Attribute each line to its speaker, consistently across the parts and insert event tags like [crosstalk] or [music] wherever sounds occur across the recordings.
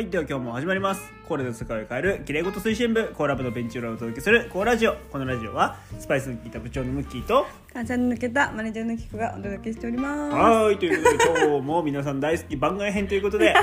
Speaker 1: いでは今日も始まりますコーラの世界を変えるきれいごと推進部コーラ部のベンチ裏をお届けするコーラジオこのラジオはスパイスの効いた部長のムッキーと
Speaker 2: 炭酸の抜けたマネージャーのキクがお届けしておりま
Speaker 1: はーいということで今日も皆さん大好き番外編ということ
Speaker 2: [laughs]
Speaker 1: で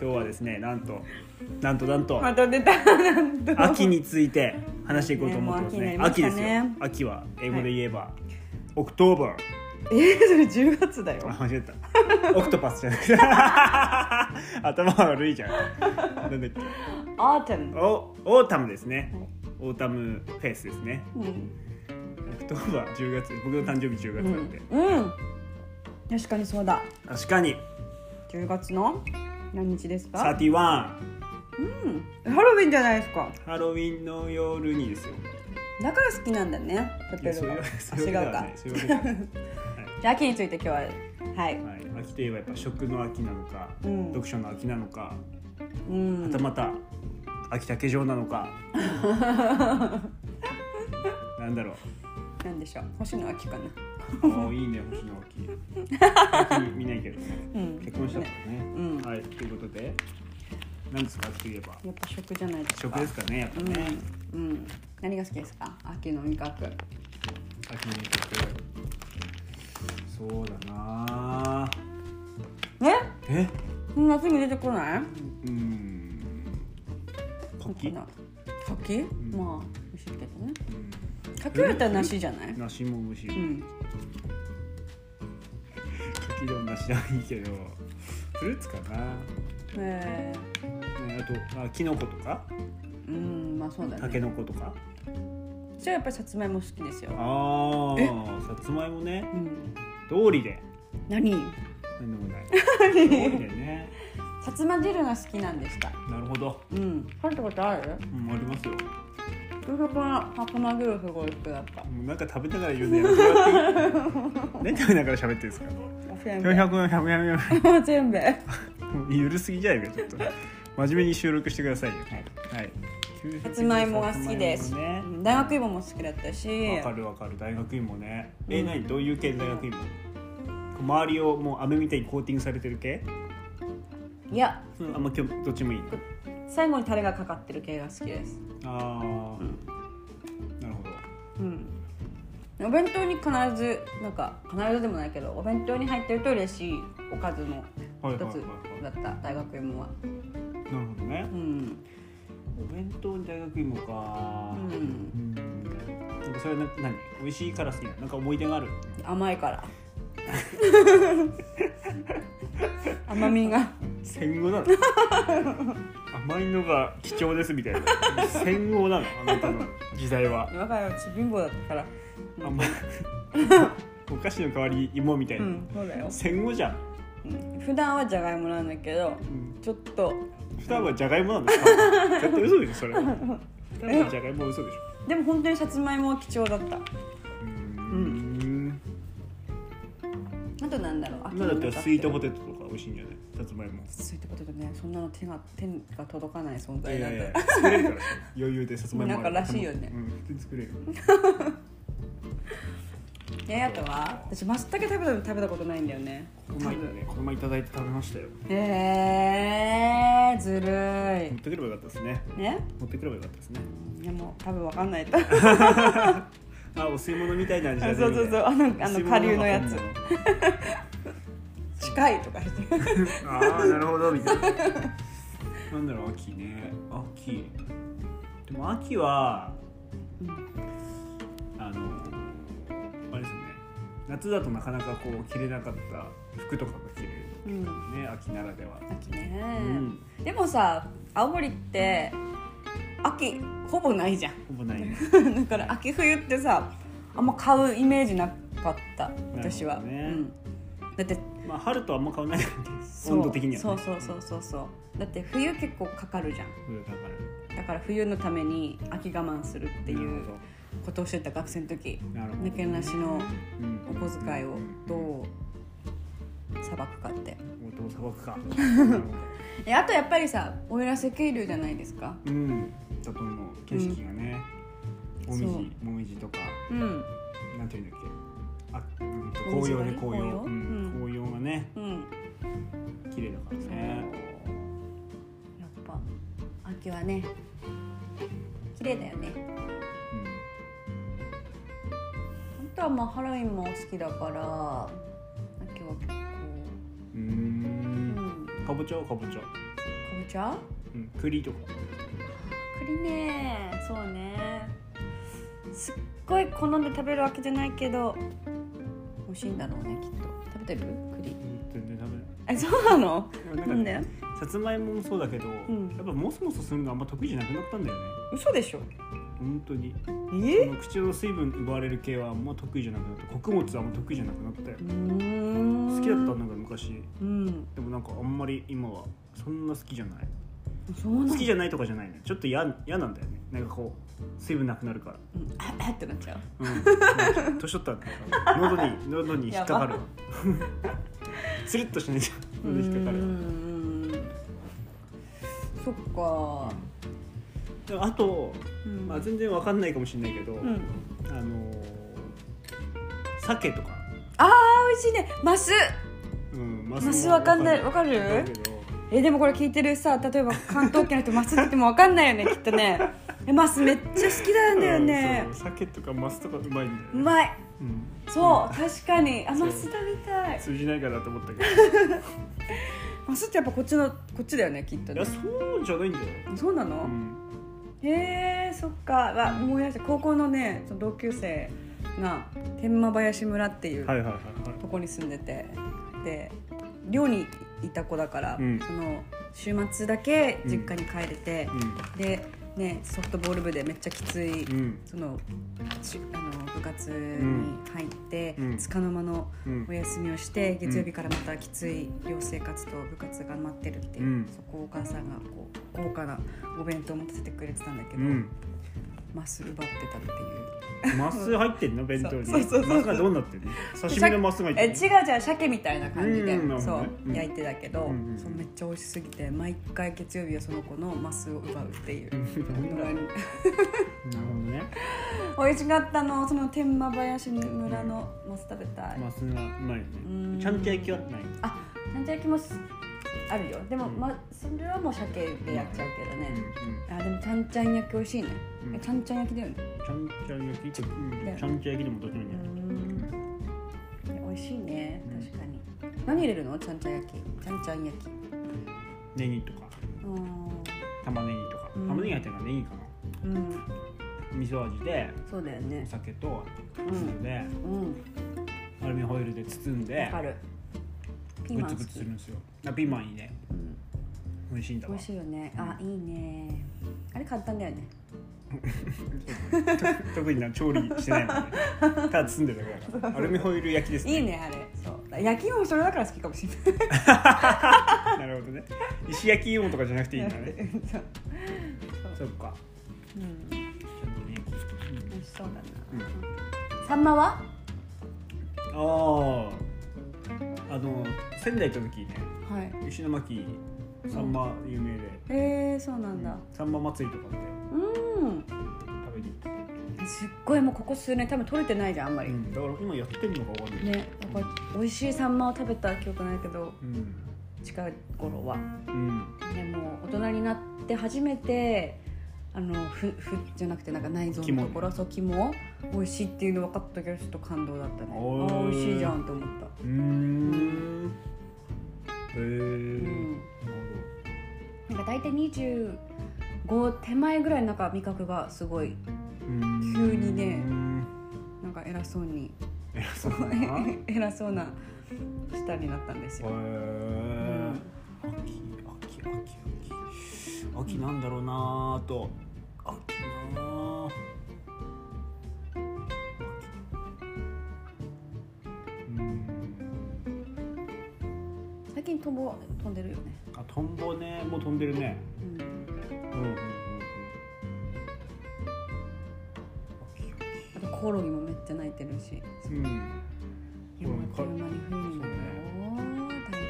Speaker 1: 今日はですねなんとなんとなん
Speaker 2: す
Speaker 1: と
Speaker 2: また出たなんと
Speaker 1: 秋について話していこうと思ってますね
Speaker 2: ねもう
Speaker 1: 秋
Speaker 2: 秋にな
Speaker 1: で
Speaker 2: りますした
Speaker 1: よ
Speaker 2: ね
Speaker 1: 秋は英語で言えば、オクトーバー
Speaker 2: えー、それ10月だよ
Speaker 1: あ間違え
Speaker 2: [laughs]
Speaker 1: たオクトパスじゃなくて頭悪いじゃん [laughs] なんだっけ
Speaker 2: アーテム
Speaker 1: おオータムですね
Speaker 2: はい
Speaker 1: オータムフェイスですね
Speaker 2: うん、
Speaker 1: オクトーバー10月僕の誕生日10月
Speaker 2: う
Speaker 1: なんで、
Speaker 2: んうん、確かにそうだ
Speaker 1: 確かに
Speaker 2: 10月の何日ですか
Speaker 1: 31ハ
Speaker 2: うん、ハロウィンじゃないですか
Speaker 1: ロウィンの夜にですよ
Speaker 2: だから好きなんだねプ
Speaker 1: いや
Speaker 2: ペ
Speaker 1: そう
Speaker 2: ル
Speaker 1: い
Speaker 2: が
Speaker 1: う
Speaker 2: あ
Speaker 1: そういうわけではないそういう
Speaker 2: 違うか
Speaker 1: わけではない
Speaker 2: じゃあ秋について今日ははい、
Speaker 1: はい、秋といえばやっぱ食の秋なのか、
Speaker 2: うん
Speaker 1: 読書の秋なのか、
Speaker 2: うん、
Speaker 1: はたまた秋竹城なの
Speaker 2: [laughs]
Speaker 1: かなんだろ
Speaker 2: なんでしょう星野秋かな
Speaker 1: うもういいね星の秋秋見ないけどね
Speaker 2: うん
Speaker 1: 結婚したからね
Speaker 2: うん
Speaker 1: はいということで何ですか秋といえば
Speaker 2: やっぱ食じゃないですか
Speaker 1: 食ですかねやっぱ
Speaker 2: う
Speaker 1: ね、
Speaker 2: ん、うん、何が好きですか秋の味
Speaker 1: 秋
Speaker 2: 覚
Speaker 1: の食そうだな
Speaker 2: ね
Speaker 1: え
Speaker 2: そんなすぐ出てこない
Speaker 1: うん柿
Speaker 2: なんかな柿、
Speaker 1: ん
Speaker 2: まあ美味しいけどね
Speaker 1: う
Speaker 2: 柿はやったら梨じゃない
Speaker 1: ん梨も美味しい、
Speaker 2: うん
Speaker 1: 柿でも梨でもいいけどフルーツかな、ね、
Speaker 2: え
Speaker 1: あとあキノコとか
Speaker 2: ー、うんまあそうだ
Speaker 1: タケ
Speaker 2: ね
Speaker 1: ノコとか
Speaker 2: じゃあやっぱりさつまいも好きですよ
Speaker 1: あ
Speaker 2: え
Speaker 1: あさつまいもね
Speaker 2: うん
Speaker 1: 通りで [laughs]
Speaker 2: 何
Speaker 1: 何でも
Speaker 2: [laughs]
Speaker 1: ない通りでね
Speaker 2: さつま汁が好きなんでした
Speaker 1: なるほど、
Speaker 2: うん食べたことある
Speaker 1: うん、ありますよも
Speaker 2: 僕は白マグロすごい好きだった
Speaker 1: うなんか食べながら言うのやめてもら
Speaker 2: [laughs]
Speaker 1: っていい何食べながら喋ってるんですか
Speaker 2: おせんべい
Speaker 1: 400円100円
Speaker 2: [laughs] おせ
Speaker 1: [laughs]
Speaker 2: んべい
Speaker 1: ゆるすぎじゃないかちょっと真面目に収録してくださいよ
Speaker 2: はい
Speaker 1: はい
Speaker 2: さつまいもが好きです、
Speaker 1: さつまいも
Speaker 2: う
Speaker 1: ね
Speaker 2: ん大学芋も好きだったし
Speaker 1: わかるわかる大学芋ねえ
Speaker 2: うん
Speaker 1: 何どういう系の大学芋周りをもう飴みたいにコーティングされてる系
Speaker 2: いや
Speaker 1: あんま今日どっちもいい
Speaker 2: 最後にタレがかかってる系が好きです
Speaker 1: ああなるほど
Speaker 2: うんお弁当に必ずなんか必ずでもないけどお弁当に入ってると嬉しいおかずの
Speaker 1: はいはいはい
Speaker 2: 一つだ
Speaker 1: は
Speaker 2: った大学芋は、
Speaker 1: いなるほどね
Speaker 2: うん
Speaker 1: お弁当に大学芋
Speaker 2: う
Speaker 1: か
Speaker 2: ん、
Speaker 1: うんなんかそれはな何美味しいから好きななんか思い出がある
Speaker 2: 甘いから
Speaker 1: [laughs]
Speaker 2: 甘みが
Speaker 1: 戦後な
Speaker 2: [laughs]
Speaker 1: の甘いのが貴重ですみたいな戦後なのあなたの時代は
Speaker 2: 我が家はち貧乏だったから
Speaker 1: 甘いお菓子の代わりに芋みたいうな、
Speaker 2: んそうだよ、
Speaker 1: 戦後じゃん、
Speaker 2: うん、普段はじゃがいもなんだけど
Speaker 1: うん、
Speaker 2: ちょっと
Speaker 1: 普段はじゃがいもなん
Speaker 2: [laughs]
Speaker 1: ですか絶対嘘でしょそれは普段はじゃがいもは嘘でしょ
Speaker 2: でも本当にさつまいもは貴重だった
Speaker 1: うーん
Speaker 2: あとなんだろう秋の
Speaker 1: 今だったらスイートポ
Speaker 2: テ
Speaker 1: テトとか美味しいんじゃないさつまいも
Speaker 2: トスイートポテトねそんなの手が手が届かない存
Speaker 1: いや
Speaker 2: 在
Speaker 1: い
Speaker 2: だっ
Speaker 1: やい
Speaker 2: た
Speaker 1: や作れるから余裕でさつまいもある
Speaker 2: なんからしいよね
Speaker 1: うん普通に作れる
Speaker 2: ねあとは私マスタケ食べた食べたことないんだよね
Speaker 1: この前ねこの前いただいて食べましたよ
Speaker 2: えー、ずる
Speaker 1: 持ってくればよかったですね
Speaker 2: いね
Speaker 1: 持ってくればよかったですね
Speaker 2: でも多分わかん
Speaker 1: [laughs]
Speaker 2: ないとあ
Speaker 1: あお吸い物みたいな味だ
Speaker 2: そう
Speaker 1: ね
Speaker 2: そうそうあのあの下流のやつ近いとか言って
Speaker 1: ああなるほどみたいななんだろう秋ね秋でも秋は、
Speaker 2: うん
Speaker 1: あのあれですよね夏だとなかなかこう着れなかった服とかが着れる
Speaker 2: うん
Speaker 1: ね秋ならでは、
Speaker 2: 秋ね、
Speaker 1: うん
Speaker 2: でもさ青森って秋ほぼないじゃん [laughs]
Speaker 1: ほぼないね
Speaker 2: だから秋冬ってさあんま買うイメージなかった私は、
Speaker 1: なるほどね
Speaker 2: うん、だって
Speaker 1: まあ春とあんま変わらないからね
Speaker 2: そう
Speaker 1: 温度的には、ね、
Speaker 2: そうそうそうそうそうだって冬結構かかるじゃん
Speaker 1: 冬だから
Speaker 2: だから冬のために秋我慢するってい
Speaker 1: なる
Speaker 2: う
Speaker 1: ほ
Speaker 2: ことをしてた学生の時
Speaker 1: どなるほど
Speaker 2: 抜けなしの
Speaker 1: うん
Speaker 2: お小遣いをどうさばくかって
Speaker 1: どうさばく
Speaker 2: [laughs]
Speaker 1: かなるほど
Speaker 2: えあとやっぱりさ奥入瀬渓流じゃないですか
Speaker 1: うんだと思う景色がね、
Speaker 2: うん
Speaker 1: も
Speaker 2: そ
Speaker 1: み
Speaker 2: う
Speaker 1: じもみじとか
Speaker 2: うん
Speaker 1: なんていうんだっけあ、うんと、
Speaker 2: 紅
Speaker 1: 紅葉
Speaker 2: 葉が
Speaker 1: ね紅
Speaker 2: ね
Speaker 1: 葉、
Speaker 2: 紅葉
Speaker 1: うん紅葉がね
Speaker 2: うん
Speaker 1: 綺麗だから
Speaker 2: そうや
Speaker 1: ね
Speaker 2: っぱきはね綺麗だよね本当はまあハロウィンも好きだから秋は結構
Speaker 1: う
Speaker 2: うん
Speaker 1: ん
Speaker 2: か
Speaker 1: かぼちゃはかぼちゃ、
Speaker 2: ぼちゃ
Speaker 1: うん、栗とか
Speaker 2: 栗ねそうねすっごい好んで食べるわけじゃないけど美味しいんだろうねきっと食べてる栗
Speaker 1: うん全然食べない
Speaker 2: えそうなの
Speaker 1: な
Speaker 2: なんで
Speaker 1: さつまいももそうだけど、
Speaker 2: ん
Speaker 1: やっぱもそもそするのあんま得意じゃなくなったんだよね
Speaker 2: 嘘でしょ
Speaker 1: 本当に
Speaker 2: え
Speaker 1: その口の水分奪われる系はあんま得意じゃなくなった穀物はあんま得意じゃなくなったよ
Speaker 2: うーん
Speaker 1: 好きだったんだけど昔
Speaker 2: うん
Speaker 1: でもなんかあんまり今はそんな好きじゃない
Speaker 2: そうなの
Speaker 1: 好きじゃないとかじゃないねちょっと嫌嫌なんだよねなんかこう水分なくなるから
Speaker 2: うんああってなっちゃう [laughs]
Speaker 1: うんなんか年取ったらなんか喉に喉に引っかかるわ [laughs] スリッとしないじゃん喉に引っかか
Speaker 2: うー
Speaker 1: る
Speaker 2: んそっか
Speaker 1: であと、
Speaker 2: うん
Speaker 1: まあ、全然わかんないかもしれないけど、
Speaker 2: うん
Speaker 1: あのー鮭とか、
Speaker 2: あー美味しいねマス
Speaker 1: うん、マ
Speaker 2: マスわかんない
Speaker 1: わ
Speaker 2: わかる
Speaker 1: わけど
Speaker 2: えでもこれ聞いてるさ例えば関東圏の人マスって言っても分かんな
Speaker 1: [laughs]
Speaker 2: いよねきっとねえマスめっちゃ好きなんだよね
Speaker 1: うんそう鮭とかマスとかうまいんだよね
Speaker 2: うまい
Speaker 1: うん
Speaker 2: そう確かにあ
Speaker 1: そう
Speaker 2: マス食べたい
Speaker 1: 通じないかなと思ったけど
Speaker 2: マスってやっぱこっちのこっちだよねきっと
Speaker 1: い
Speaker 2: ね
Speaker 1: やそうじゃないんだよ、
Speaker 2: そうな
Speaker 1: う
Speaker 2: の、
Speaker 1: ん、
Speaker 2: へえそっかわ思い出した高校のねその同級生が天満林村っていう
Speaker 1: はいはいはいはい
Speaker 2: とこに住んでてで寮にいた子だから、
Speaker 1: うん
Speaker 2: その週末だけ実家に帰れて、でねソフトボール部でめっちゃきつい、
Speaker 1: うんうん
Speaker 2: そのしあの部活に入って、
Speaker 1: うん
Speaker 2: つかの間の
Speaker 1: うん
Speaker 2: お休みをして月曜日からまたきつい寮生活と部活が待ってるっていう、
Speaker 1: うん
Speaker 2: そこをお母さんがこう豪華なお弁当を持たせてくれてたんだけ
Speaker 1: う
Speaker 2: ど、
Speaker 1: ん、
Speaker 2: マス奪ってたっていう
Speaker 1: マス入ってんの弁当に
Speaker 2: そうそうそうそう
Speaker 1: マスがどうなってんの刺身のマスが入っ
Speaker 2: え
Speaker 1: て
Speaker 2: 違
Speaker 1: ん
Speaker 2: う
Speaker 1: の
Speaker 2: 違う鮭みたいな感じで、
Speaker 1: うんなるほ
Speaker 2: そ
Speaker 1: ど
Speaker 2: う
Speaker 1: ねうん
Speaker 2: 焼いてたけど、
Speaker 1: うんうん
Speaker 2: そうめっちゃ美味しすぎて毎回月曜日はその子のマスを奪うって
Speaker 1: [laughs]
Speaker 2: いうのが
Speaker 1: なるほどね
Speaker 2: 美味しかったのその天満林村のマス食べたい、
Speaker 1: マスがうまいよ
Speaker 2: うん
Speaker 1: ねちゃんと焼きはない
Speaker 2: あなんちゃ焼きもすあるよでも、
Speaker 1: うん
Speaker 2: まそれはもう鮭でやっちゃうけど
Speaker 1: うん
Speaker 2: ね、あでもちゃんちゃん焼き美味しいね、
Speaker 1: うん
Speaker 2: えちゃんちゃん焼きだよね
Speaker 1: うんちゃんちゃん焼きと
Speaker 2: だよね
Speaker 1: ちゃんちゃん焼きでもどっちもいい
Speaker 2: うん
Speaker 1: じゃない
Speaker 2: ん美味しいね
Speaker 1: うん
Speaker 2: 確かに、何入れるのちゃんちゃん焼きちゃんちゃん焼き
Speaker 1: ネギとか
Speaker 2: うん
Speaker 1: 玉ねぎとか
Speaker 2: うん
Speaker 1: 玉ねぎ入ってるからネギかな
Speaker 2: うん
Speaker 1: 味噌味で
Speaker 2: そうだよ
Speaker 1: お
Speaker 2: ね
Speaker 1: 酒と
Speaker 2: ん
Speaker 1: 包んで
Speaker 2: うん
Speaker 1: アルミホイルで包ん
Speaker 2: わ
Speaker 1: で
Speaker 2: かるピー
Speaker 1: グ
Speaker 2: マ
Speaker 1: ツ
Speaker 2: ン好
Speaker 1: グ
Speaker 2: き
Speaker 1: ツするんですよあピーマンいいね
Speaker 2: うん
Speaker 1: 美味しいんだ
Speaker 2: 美
Speaker 1: わ
Speaker 2: 味しいよねあいいねあれ簡単だよね
Speaker 1: 特にな調理してないもんねただ包んでるだけだ
Speaker 2: [laughs]
Speaker 1: からアルミホイル焼きです
Speaker 2: いいねあれそう焼き芋もそれだから好きかもしれな
Speaker 1: [laughs]
Speaker 2: い
Speaker 1: なるほどね石焼き芋とかじゃなくていいんだね
Speaker 2: [laughs] そう
Speaker 1: そっか
Speaker 2: うん
Speaker 1: ちゃんとね
Speaker 2: 美味しそうだ
Speaker 1: う
Speaker 2: な、
Speaker 1: ん
Speaker 2: サンマは
Speaker 1: あああの仙台行った時ね
Speaker 2: はい
Speaker 1: 石巻サンマ有名で、
Speaker 2: えー、そうなんだ
Speaker 1: サンマ祭りとかで
Speaker 2: うん
Speaker 1: 食べに行っ
Speaker 2: すっごいもうここ数年多分取れてないじゃんあんま
Speaker 1: た、
Speaker 2: り、
Speaker 1: だから今やってんのかわかんない、
Speaker 2: ねなんか美味しいサンマを食べた記憶ないけど
Speaker 1: うん
Speaker 2: 近い頃は
Speaker 1: うん
Speaker 2: でも大人になって初めてあのふふじゃなくてなんか内臓のところそう肝美味しいっていうの分かったけどちょっと感動だったねあ
Speaker 1: おー
Speaker 2: ー美味しいじゃんと思った
Speaker 1: うーんへえ
Speaker 2: うん
Speaker 1: なる
Speaker 2: なんか大体25手前ぐらいのなんか味覚がすごい
Speaker 1: ほどうん
Speaker 2: 急にねなんか偉そうに
Speaker 1: 偉そう
Speaker 2: [laughs]
Speaker 1: だなへ
Speaker 2: 偉そうな舌になったんですよ、
Speaker 1: え秋秋秋秋秋なんだろうなーと秋なー秋うん
Speaker 2: 最近トンボ飛んでるよね、
Speaker 1: あトンボねもう飛んでるね
Speaker 2: うん、
Speaker 1: うんうんうんうん秋
Speaker 2: あとコオロギもめっちゃ鳴いてるし
Speaker 1: 秋うん
Speaker 2: いやもうあっという間に冬になるよ大変だこり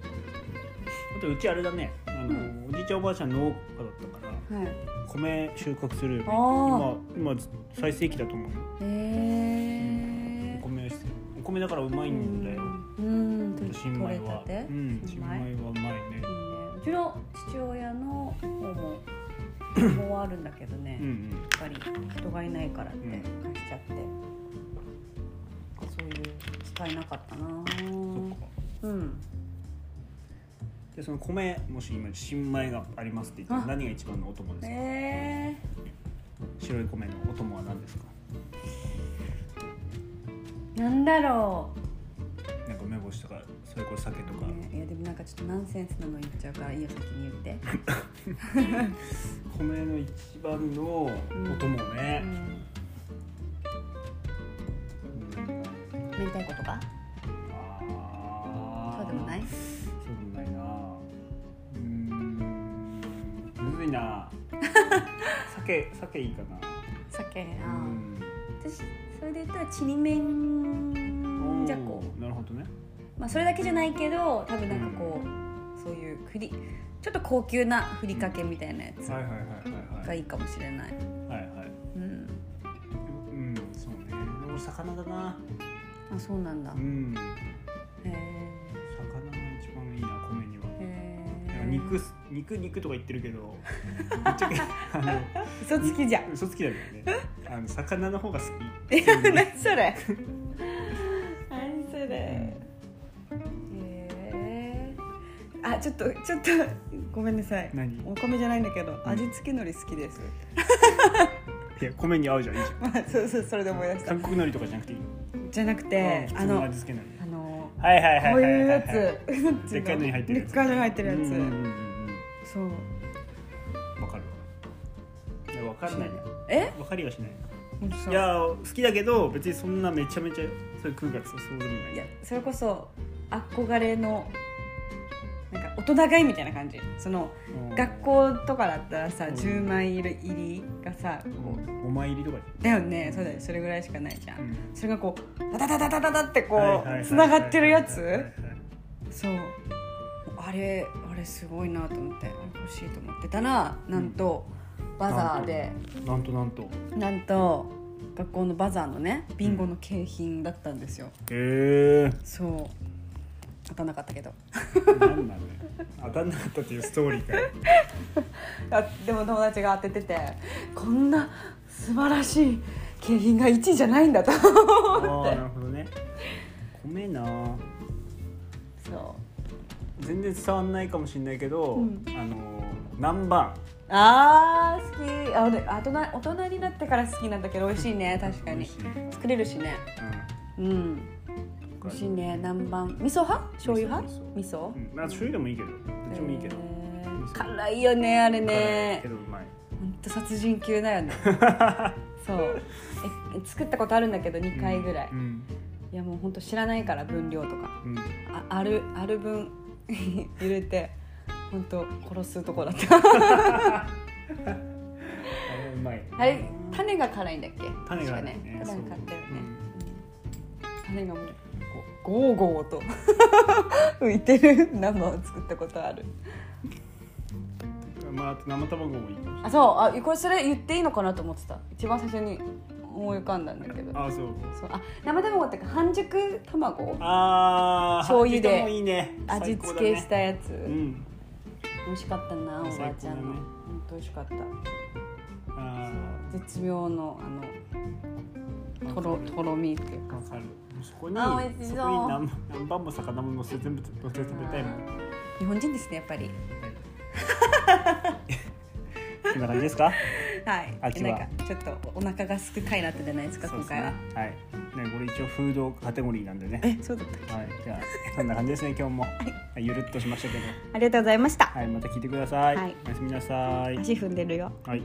Speaker 2: ゃ、
Speaker 1: あとうちあれだねあの、
Speaker 2: う
Speaker 1: おじいちゃんおばあちゃん農家だったから
Speaker 2: はい
Speaker 1: 米収穫する
Speaker 2: あー
Speaker 1: 今今最盛期だと思うお
Speaker 2: へえ
Speaker 1: 米お米だからうまいんだよ
Speaker 2: うん
Speaker 1: 新
Speaker 2: 取
Speaker 1: 米
Speaker 2: れた
Speaker 1: は
Speaker 2: て
Speaker 1: うん
Speaker 2: 新
Speaker 1: 新
Speaker 2: 米
Speaker 1: 米はうまいね
Speaker 2: いいねうちの父親の方も希望はあるんだけどね、
Speaker 1: うんう
Speaker 2: やっ
Speaker 1: ん
Speaker 2: ぱり人がいないからって
Speaker 1: うん
Speaker 2: 貸しちゃって、そういう機会なかったな
Speaker 1: そっか
Speaker 2: うん
Speaker 1: でその米もし今新米がありますって言ったら
Speaker 2: あ
Speaker 1: 何が一番のお供ですか、
Speaker 2: え
Speaker 1: 白い米のお供は何ですか
Speaker 2: ー、なんだろ
Speaker 1: なんか梅干しとかそれこそ酒と
Speaker 2: う、
Speaker 1: か、
Speaker 2: ねいやでもなんかちょっとナンセンスなの言っちゃうからいいよ先に言って、
Speaker 1: 米の一番のお供ね
Speaker 2: う、ん、
Speaker 1: うん
Speaker 2: 明太子とか
Speaker 1: あー
Speaker 2: そうでもない
Speaker 1: そうでもないなうーんむずい
Speaker 2: [laughs]
Speaker 1: な酒酒いいかな
Speaker 2: 酒
Speaker 1: う
Speaker 2: あー
Speaker 1: ん
Speaker 2: 私それで言ったらちりめんじゃこ
Speaker 1: なるほどね
Speaker 2: まあ、それだけじゃないけど多分なんかこう、そういうふりちょっと高級なふりかけみたいなやつ
Speaker 1: はいはいはいはい
Speaker 2: が
Speaker 1: はい
Speaker 2: いいかもしれない、
Speaker 1: はいはい
Speaker 2: うん、
Speaker 1: うんそうねでも魚だな
Speaker 2: あそうなんだ、
Speaker 1: う
Speaker 2: へ
Speaker 1: ん
Speaker 2: え
Speaker 1: 魚が一番いいな米には
Speaker 2: へえ
Speaker 1: 肉す肉肉とか言ってるけどぶっちゃけあの
Speaker 2: 嘘つきじゃん
Speaker 1: 嘘つきだけどねあの魚の方が好き
Speaker 2: え [laughs] 何それ何それへえあちょっとちょっとごめんなさい
Speaker 1: 何
Speaker 2: お米じゃないんだけど
Speaker 1: ん
Speaker 2: 味付け海苔好きです、
Speaker 1: いや米に合うじゃんいいじゃん
Speaker 2: まあそうそうそれで思い出した
Speaker 1: 韓国海苔とかじゃなくていい
Speaker 2: じゃなくて
Speaker 1: うん普
Speaker 2: あ
Speaker 1: 通の
Speaker 2: の
Speaker 1: 味付け海苔
Speaker 2: あの
Speaker 1: はいはいはい
Speaker 2: こう
Speaker 1: はい
Speaker 2: いう
Speaker 1: はいは
Speaker 2: や
Speaker 1: い
Speaker 2: つ
Speaker 1: でっかいのに入ってるやつ
Speaker 2: でっかいのに入ってるやつ、
Speaker 1: うんうんうん
Speaker 2: そう
Speaker 1: うんわかるわいやわかんないな
Speaker 2: え
Speaker 1: わかりはしない
Speaker 2: 本当さ
Speaker 1: いや好きだけど別にそんなめちゃめちゃそれ食うかってそうでもない
Speaker 2: いやそれこそ憧れのなんか大人買いみたいな感じその
Speaker 1: うん
Speaker 2: 学校とかだったらさ、
Speaker 1: うん
Speaker 2: 10枚入りがさこう
Speaker 1: お前入りとかじ
Speaker 2: だよねそうだよそれぐらいしかないじゃ
Speaker 1: ゃん
Speaker 2: ん、
Speaker 1: うん
Speaker 2: それがこうダダダダダダってこ
Speaker 1: はいはいはいは
Speaker 2: う
Speaker 1: い
Speaker 2: つながってるや
Speaker 1: はいはいはい
Speaker 2: つそうあれあれすごいなと思って欲しいと思ってたらなんと、バザーで
Speaker 1: なんとなんとへ
Speaker 2: なんと学校のバザーのねビンゴの景品だったんですよ、
Speaker 1: え
Speaker 2: そう当たんなかったけど
Speaker 1: 何なんだね当たんなかったっていうストーリー
Speaker 2: [laughs]
Speaker 1: かよ
Speaker 2: あでも友達が当てててこんな素晴らしい景品が1位じゃないんだと
Speaker 1: あーなるほどね米なあ
Speaker 2: そ
Speaker 1: 全然伝わんないかもしれないけど、
Speaker 2: うん
Speaker 1: あの南蛮
Speaker 2: うあー好きあ俺あとな大人になってから好きなんだけど美味しいね確か
Speaker 1: 美
Speaker 2: に
Speaker 1: 味しいうん
Speaker 2: 作れるしねうん美味しいね南蛮味噌派醤油派味
Speaker 1: 味
Speaker 2: 噌
Speaker 1: うんまあ醤油でもいいけどどっちもいいけど、
Speaker 2: え
Speaker 1: 味
Speaker 2: ー
Speaker 1: 噌
Speaker 2: 辛いよねあれ
Speaker 1: 辛い
Speaker 2: ね
Speaker 1: けどうまい
Speaker 2: ほんと殺人級
Speaker 1: [laughs]
Speaker 2: だよねそうえ作ったことあるんだけど2回ぐらい、
Speaker 1: うん
Speaker 2: いやもうほんと知らないから分量とか
Speaker 1: うん
Speaker 2: ああるある分 [laughs] 入れて本当殺すとこだった
Speaker 1: あれうまい
Speaker 2: あれ種が辛いんだっけ
Speaker 1: 種がね
Speaker 2: 確かね種が買ってるね
Speaker 1: そう、
Speaker 2: うん種がもうこうゴーゴーと [laughs] 浮いてる生を作ったことある
Speaker 1: うんまああと生卵もいいかもし
Speaker 2: あそうあこれそれ言っていいのかなと思ってた一番最初に思い浮かんだんだけ
Speaker 1: れ
Speaker 2: ど
Speaker 1: ないあそう
Speaker 2: そうあ生卵っていうか半熟卵
Speaker 1: あー
Speaker 2: 醤油で
Speaker 1: 半熟もいいね
Speaker 2: 味付けし
Speaker 1: い、
Speaker 2: たやつ、
Speaker 1: うん
Speaker 2: 美味しかったなおばあちゃん
Speaker 1: 最
Speaker 2: の、
Speaker 1: 高だね
Speaker 2: 本当美味しかった
Speaker 1: あ
Speaker 2: 絶妙のあのとろとろみっていう
Speaker 1: ー
Speaker 2: か
Speaker 1: わかるそこに
Speaker 2: あ美味し
Speaker 1: そ
Speaker 2: そう
Speaker 1: こに何何番も魚も乗せ全部乗せて食べたいもん、は
Speaker 2: 日本人ですねやっぱり
Speaker 1: い、こんな感じですか
Speaker 2: はい
Speaker 1: 秋は
Speaker 2: なんかちょっとお腹がすく回になったじゃないですか
Speaker 1: そう
Speaker 2: 今
Speaker 1: です
Speaker 2: 回は、
Speaker 1: ねはいねこれ一応フードカテゴリーなんでね
Speaker 2: えそうだった
Speaker 1: はいじゃあそんな感じですね今日も、はい、ゆるっとしましたけど
Speaker 2: ありがとうございました、
Speaker 1: はいまた聞いてください、
Speaker 2: はい
Speaker 1: おやすみなさい
Speaker 2: 足踏んでるよ
Speaker 1: はい